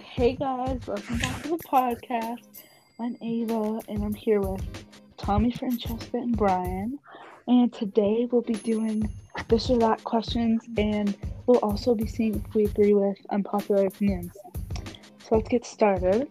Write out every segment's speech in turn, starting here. Hey guys, welcome back to the podcast. I'm Ava and I'm here with Tommy, Francesca, and Brian. And today we'll be doing this or that questions and we'll also be seeing if we agree with unpopular opinions. So let's get started.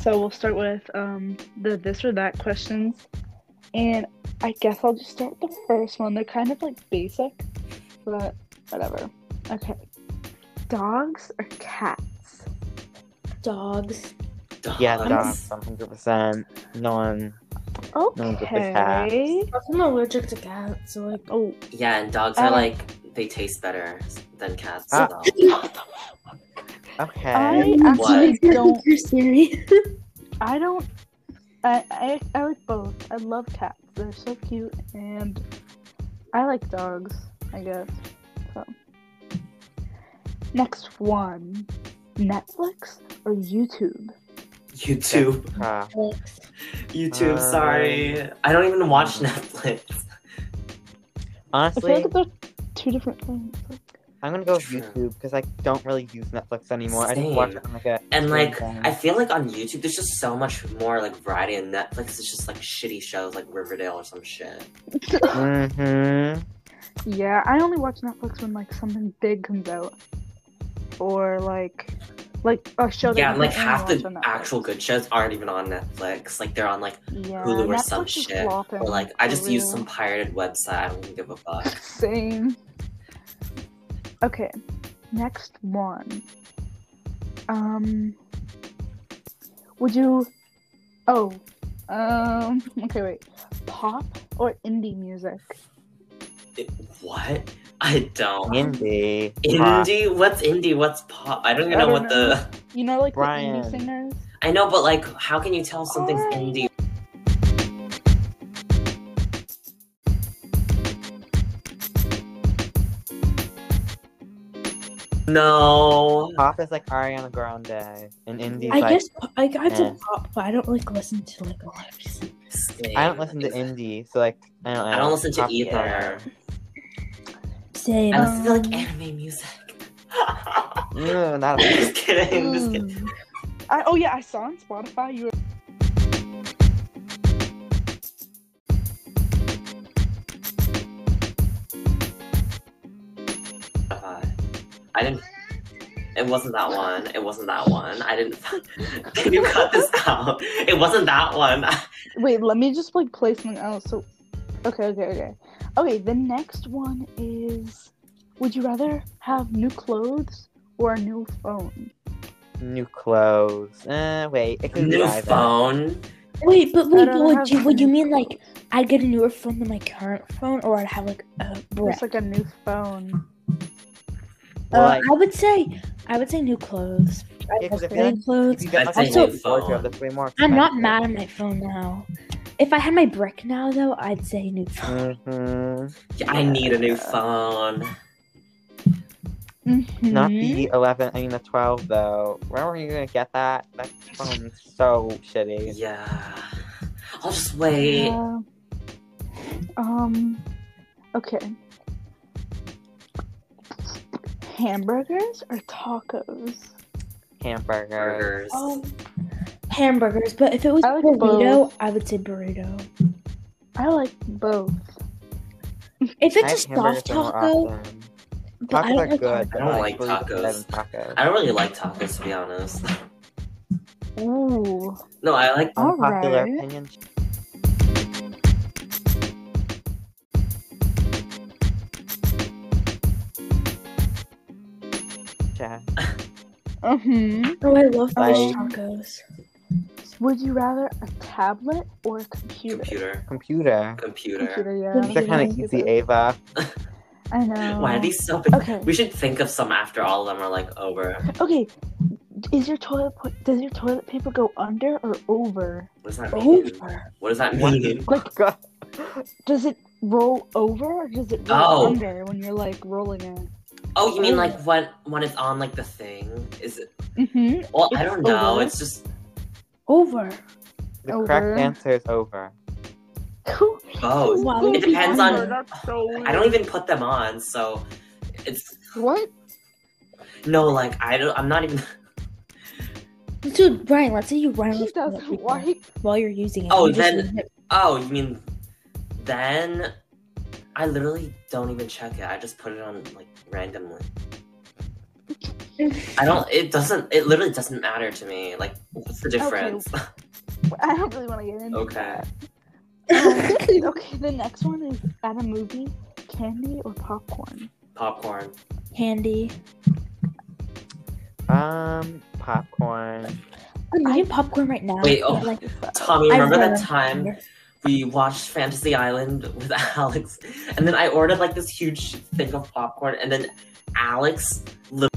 So we'll start with um, the this or that questions. And I guess I'll just start with the first one. They're kind of like basic, but whatever. Okay. Dogs or cats? Dogs. Yeah, dogs, one hundred percent. No one. No, but the cats. Okay. I'm allergic to cats, so like. Oh, Yeah, and dogs Uh, are like they taste better than cats. Ah. so. Okay. I actually don't. I don't. I, I I like both. I love cats. They're so cute, and I like dogs. I guess. So next one, Netflix or YouTube? YouTube, Uh, YouTube. Uh, sorry, I don't even watch Netflix. I feel honestly, like they're two different things. I'm gonna go with True. YouTube because I don't really use Netflix anymore. I just Same. watch it on like a. And like, stream thing. I feel like on YouTube, there's just so much more like variety. And Netflix is just like shitty shows like Riverdale or some shit. Mhm. Yeah, I only watch Netflix when like something big comes out, or like like a show. that yeah, you and like can half only the watch on Netflix. actual good shows aren't even on Netflix. Like they're on like yeah, Hulu or some Netflix is shit, flopping or like I for just use real. some pirated website. I don't give a fuck. Same. Okay, next one. Um, would you? Oh, um. Okay, wait. Pop or indie music? It- what? I don't. Indie. Huh. Indie? What's indie? What's pop? I don't even I know don't what know. the. You know, like the indie Brian. singers. I know, but like, how can you tell something's Alright. indie? No. Pop is like Ariana Grande, and indie. I like, guess I got eh. to pop, but I don't like listen to like a lot of music. I don't listen to indie, so like I don't. I don't listen to Pop is either. Same. I listen to like Um, anime music. alright. No, Mm, not. A- just kidding. Just kidding. Mm. I, oh yeah, I saw on Spotify you. Were... Uh, I didn't. It wasn't that one. It wasn't that one. I didn't. Can you cut this out? It wasn't that one. Wait, let me just like play something else. So, okay, okay, okay, okay. The next one is: Would you rather have new clothes or a new phone? new clothes. Uh, wait. It could be New either. phone. Wait, but I wait, don't but would have you, would you any- mean like I'd get a newer phone than my current phone, or I'd have like a It's brick? like a new phone. Well, Uh, like, I would say I would say new clothes. I Yeah, 'cause love if getting you- if clothes. you get I'd like say a new new wardrobe, phone. that's way more. I'm not mad at my phone now. If I had my brick now, though, I'd say new phone. hmm Yeah, I need a new phone. Not Hmm? Mhm. the 11, I mean the 12 though. Where were you gonna get that? That phone's so shitty. Yeah. I'll just wait. Yeah. um. Okay. Hamburgers or tacos? Hamburger. Burgers. Um, hamburgers, but if it was I like burrito, both. I would say burrito. I like both. If I it's a have hamburgers soft that were taco, awesome. but I Tacos don't are like good. tacos. but, I don't like please tacos. let them tacos. I don't really like tacos to be honest. Ooh. No, I like All Unpopular right. opinion. Chat. Uh huh. Oh, I love Like- fish tacos. Would you rather a tablet or a computer? computer. Computer. Computer. yeah. They're kind of Computer. easy, Ava. I know. Why are these so big? Okay. We should think of some after all of them are like over. Okay. Is your toilet po- does your toilet paper go under or over? What does that Oh. mean? Over. What does that What? mean? Like- God. Does it roll over or does it roll Oh. under when you're like rolling it? Oh, you mean like when when it's on like the thing? Is it? Mm-hmm. Well, I It's don't know. over. It's just Over. The Over. correct answer is over. Cool. both. Wow, Oh, It depends on- That's so weird. I don't even put them on, so it's What? no like I don't. I'm not even. Dude, Brian, let's say you run He away from the doesn't people like. while you're using it. Oh, You just then- hit- Oh, you mean then? I literally don't even check it. I just put it on like randomly. I don't. It doesn't. It literally doesn't matter to me. Like, what's the difference? I don't really want to get into Okay. that. Um, okay, the next one is at a movie, candy or popcorn. Popcorn. Candy. Um, popcorn. I'm eating popcorn right now. Wait, oh, but, like, Tommy, I remember that remember. time we watched Fantasy Island with Alex, and then I ordered like this huge thing of popcorn, and then Alex li-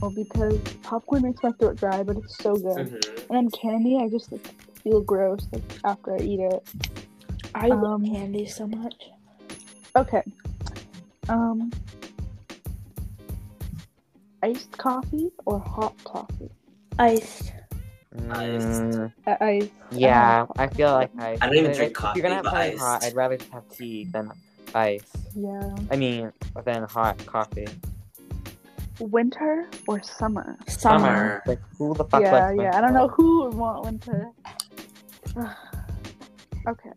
Well, because popcorn makes my throat dry, but it's so good. Mhm. And then candy, I just like, feel gross like, after I eat it. I love um, candy so much. Okay. Um, iced coffee or hot coffee? Iced. Mm, Uh, ice. um, yeah, I feel like I. I don't even drink If you're gonna have coffee, but something hot, iced. I'd rather just have tea than ice. Yeah. I mean, than hot coffee. Winter or summer? Summer. Like, who the fuck yeah, likes yeah. I don't know who would want winter. Ugh. okay.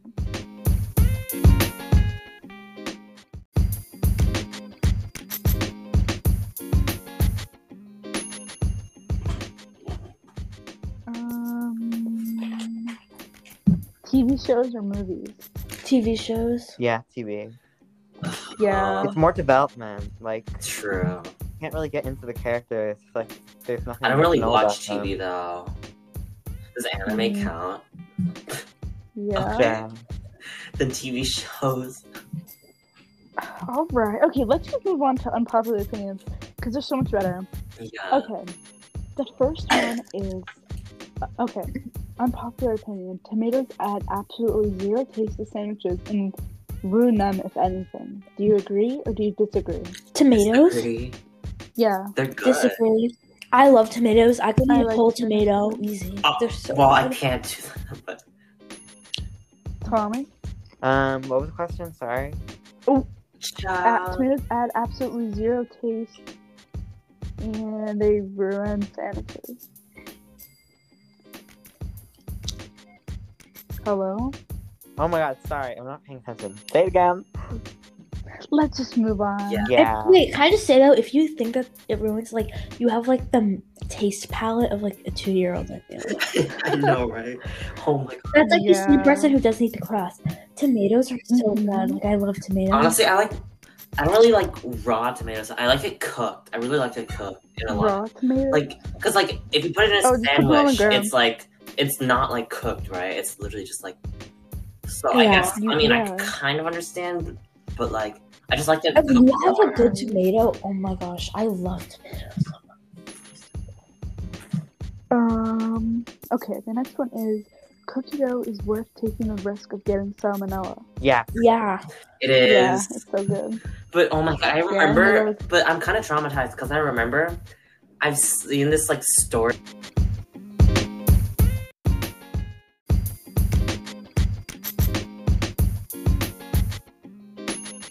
Um, TV shows or movies? TV shows. Yeah, TV. Yeah. Um, It's more development. Like, True. can't really get into the characters. It's like, there's nothing. I don't to really know watch about them. TV though. Does anime Mm. count? Yeah. Yeah. Then TV shows. All right. Okay, let's just move on to unpopular opinions because they're so much better. Yeah. Okay. The first one is uh, okay. Unpopular opinion: tomatoes add absolutely zero taste to sandwiches and ruin them, if anything. Do you agree or do you disagree? Tomatoes. Disagree. Yeah. They're good. Disagree. I love tomatoes. I could I eat a like whole tomatoes. tomato easy. Oh, They're so well, I good. can't do that, but Tommy. Um, what was the question? Sorry. Uh, Child. tomatoes add absolutely zero taste, and they ruin sandwiches. Hello. Oh my god, sorry, I'm not paying attention. Say it again. Let's just move on. Yeah. If- Yeah. wait, can I just say though, if you think that it ruins, like you have like the taste palette of like a two-year-old, I feel. like. I know, right? Oh my god. That's like the same Yeah. person who doesn't eat the crust. Tomatoes are so Mhm. good. Like I love tomatoes. Honestly, I like. I don't really like raw tomatoes. I like it cooked. I really like it cooked in a lot. Raw tomatoes. Like, cause like if you put it in a Oh, just put it on the sandwich, grill. it's like it's not like cooked, right? It's literally just like. So I Yeah, guess you- I mean yeah. I kind of understand, but like I just like to. If you have a cooked. good tomato, oh my gosh, I love tomatoes. Um. Okay. The next one is cookie dough is worth taking the risk of getting salmonella. Yeah. Yeah, It is. Yeah, it's so good. But oh my god, I Yeah, remember. I know. But I'm kind of traumatized because I remember I've seen this like story.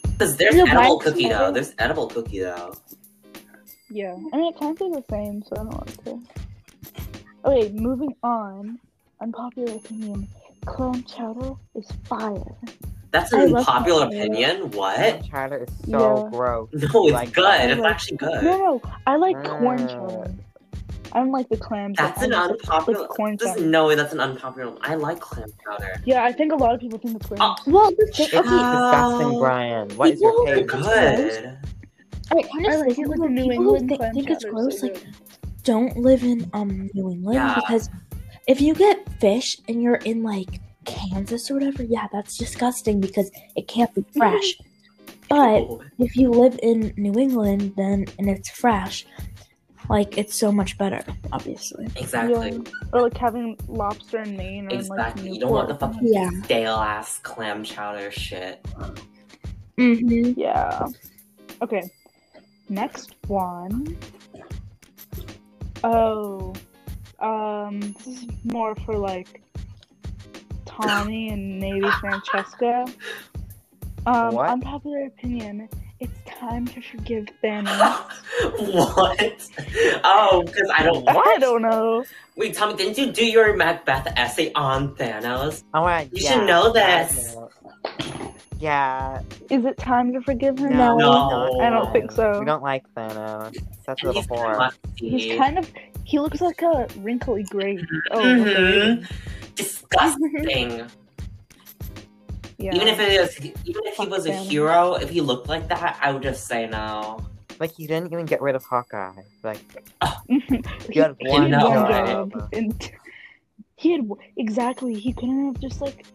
Because there's No, but I edible actually cookie dough. never- There's edible cookie dough. Yeah. I mean, it kind of the same, so I don't want to. Okay, moving on. Unpopular opinion: clam chowder is fire. That's I an love unpopular cookie dough. opinion. Clam What? chowder is so Yeah. gross. No, it's Like, good. It's like- actually good. No, no, I like corn Mm. chowder. I don't like the clam. chowder. uh, That's an I just unpopular. Like corn There's chowder. no way that's an unpopular. I like clam powder. Yeah, I think a lot of people think it's gross. Oh, well, the thing, It's okay, Chicken. disgusting, Brian. What is your People They're take? It's good. wait, can I I just like say it with something? a New people who England think, clam think it's chowder, gross. so Like, don't live in um New England Yeah. because if you get fish and you're in like Kansas or whatever, yeah, that's disgusting because it can't be fresh. But Ew. if you live in New England, then and it's fresh, like it's so much better, obviously. exactly. Yeah. Or like having lobster in Maine. Or in, Exactly. Like, You don't want the Newport. fucking Yeah. stale ass clam chowder shit. Mm-hmm. Yeah. Okay. Next one. Oh. Um, this is more for like Tommy and maybe Francesca. Um, What? unpopular opinion. It's time to forgive Thanos. what? Oh, because I don't. I don't know. Wait, Tommy, didn't you do your Macbeth essay on Thanos? Oh my You should know this. Yeah. Is it time to forgive him? No. No. I don't think so. We don't like Thanos. Such a And little he's whore. He's kind of. He looks like a wrinkly grape. Oh, hmm Disgusting. yeah. Even if it was, even if he Fuck was a him. hero, if he looked like that, I would just say no. Like he didn't even get rid of Hawkeye. Like he you had he one had one job. job, and he had exactly. He couldn't have just like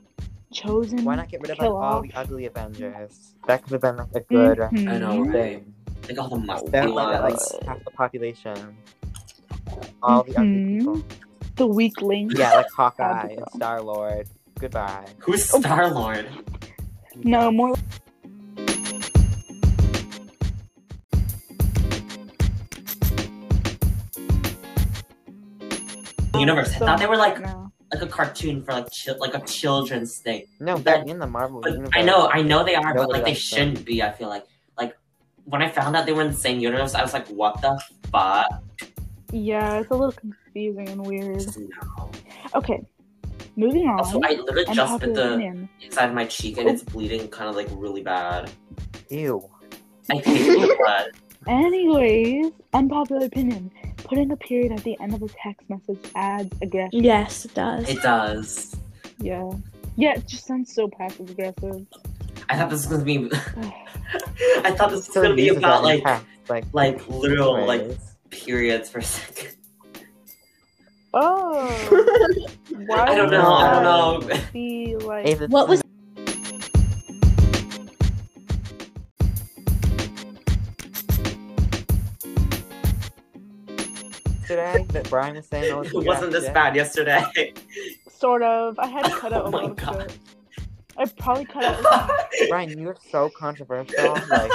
chosen. why not get rid of like, kill all off. the ugly Avengers? That could have been like a good Mhm. I know, right? thing. Like all the muscly That like, ones. like half the population. All the ugly Mhm. people. The weak link. Yeah, like Hawkeye Abigail. and Star Lord. Goodbye. Who's Star Lord? No more. Universe. I So thought they were much like now. like a cartoon for like chil- like a children's thing. No, But- they're in the Marvel But universe. I know, I know they are, but Nobody like they likes them. shouldn't be. I feel like like when I found out they were in the same universe, I was like, what the fuck? Yeah, it's a little confusing and weird. No. Okay, moving on. Also, I literally just bit Unpopular the opinion. inside of my cheek and Oh. it's bleeding, kind of like really bad. Ew. I hate blood. Anyways, unpopular opinion. Putting a period at the end of a text message adds aggression. Yes, it does. It does. Yeah. Yeah, it just sounds so passive aggressive. I thought this was gonna be. I thought this was Still gonna be uses about that like in text, like like literal like ways. periods for a second. Oh. Why I don't would know. I that don't know. Be like, If it's What was- today that Brian was saying all It wasn't this bad yesterday. sort of. I had to cut out Oh a my little God. bit. I probably cut out. Brian, you're so controversial. Like,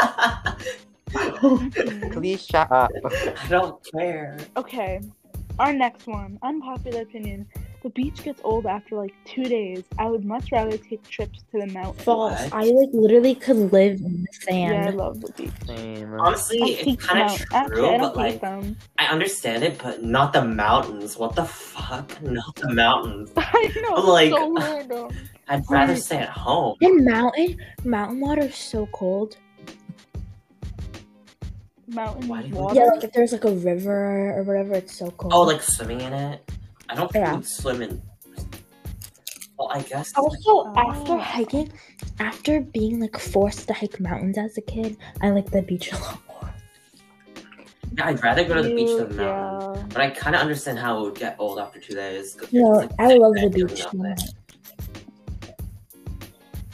Mhm. please shut up. I don't care. okay, our next one. Unpopular opinion. The beach gets old after like two days. I would much rather take trips to the mountains. False. What? I like literally could live in the Yeah, I sand. love the beach. Same. Honestly, I hate it's kind of mount- true, Actually, I but don't like hate them. I understand it, but not the mountains. What the fuck? Not the mountains. I know. But, it's like- so random. I'd rather stay at home. and mountain mountain water is so cold. Mountain Why do you- water. Yeah, like if there's like a river or whatever, it's so cold. Oh, like swimming in it? I don't think Yeah. we'd swim in. Well, I guess. also Oh. after hiking, after being like forced to hike mountains as a kid, I like the beach a lot more. Yeah, I'd rather go to the beach You- than the mountain. yeah. But I kind of understand how it would get old after two days. 'cause No, you're just, like, I love the dead doing beach. nothing.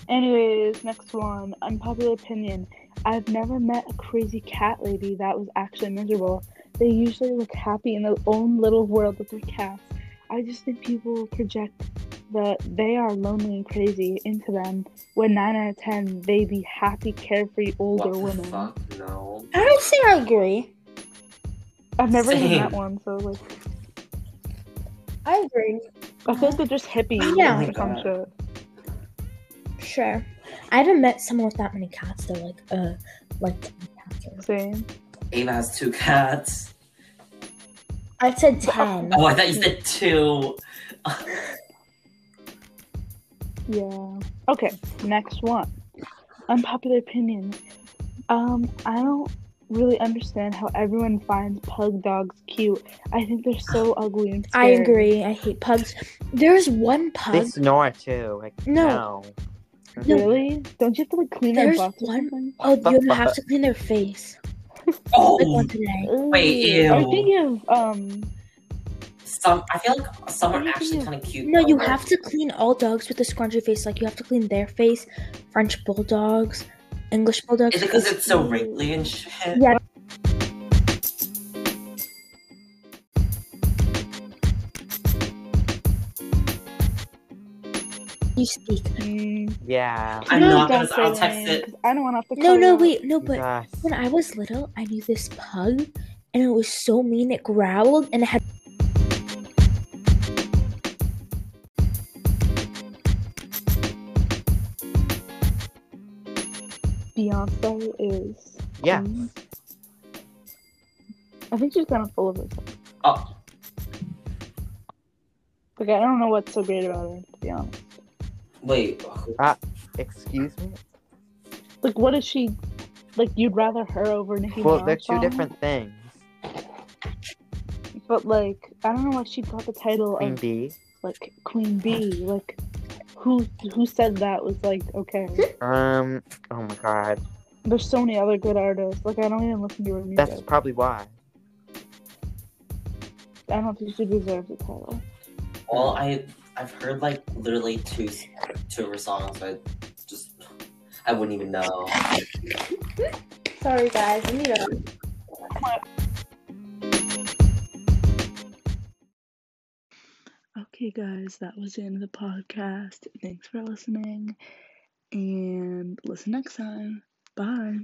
Anyways, next one. Unpopular opinion. I've never met a crazy cat lady that was actually miserable. They usually look happy in their own little world with their cats. I just think people project that they are lonely and crazy into them when 9 out of 10 they be happy, carefree older What the women. fuck? No. I don't think I agree. I've never even Same. met one, so like, I agree. I feel like they're just hippies Yeah. or some Oh my shit. Sure. I haven't met someone with that many cats though, like uh like 10 cats. or- Same. Ava has two cats. I said ten. Oh, I thought you said two. Yeah. Okay, next one. Unpopular opinion. Um, I don't really understand how everyone finds pug dogs cute. I think they're so ugly and I scary. agree. I hate pugs. There's one They pug. snore too. Like, No. no. Mm-hmm. No. Really? Don't you have to like clean There's their butts? or one- something? Oh, you don't have to clean their face. Like Oh, one today. Wait, Ew. I ew. think of um. some. I feel like some are What do you actually do? kind of cute. No, you though. have to clean all dogs with a scrunchy face. Like you have to clean their face, French bulldogs, English bulldogs. Is it because it's so wrinkly and shit? Yeah. you speak? mm, Yeah. I'm no, not don't gonna. say I'll that, text it. 'cause I don't want to have to. No, cut no, out. wait, no. But Yes. when I was little, I knew this pug, and it was so mean. It growled and it had. pasta is. Yeah. um, clean. I think she's kind of full of herself. Oh, Like I don't know what's so great about her, to be honest. wait. who- Excuse me. Like, what is she? Like, you'd rather her over Nicki Well, Minaj? they're two song? different things. But like, I don't know why she got the title um, Queen of bee. like Queen Bee. Like, who who said that was like okay? Um. Oh my god. There's so many other good artists. Like, I don't even listen to her music. That's probably why. I don't think she deserves the title. Well, I I've heard like literally two two of her songs. I just I wouldn't even know. Sorry, guys. I need a. Okay, guys, that was the end of the podcast. Thanks for listening, and listen next time. Bye.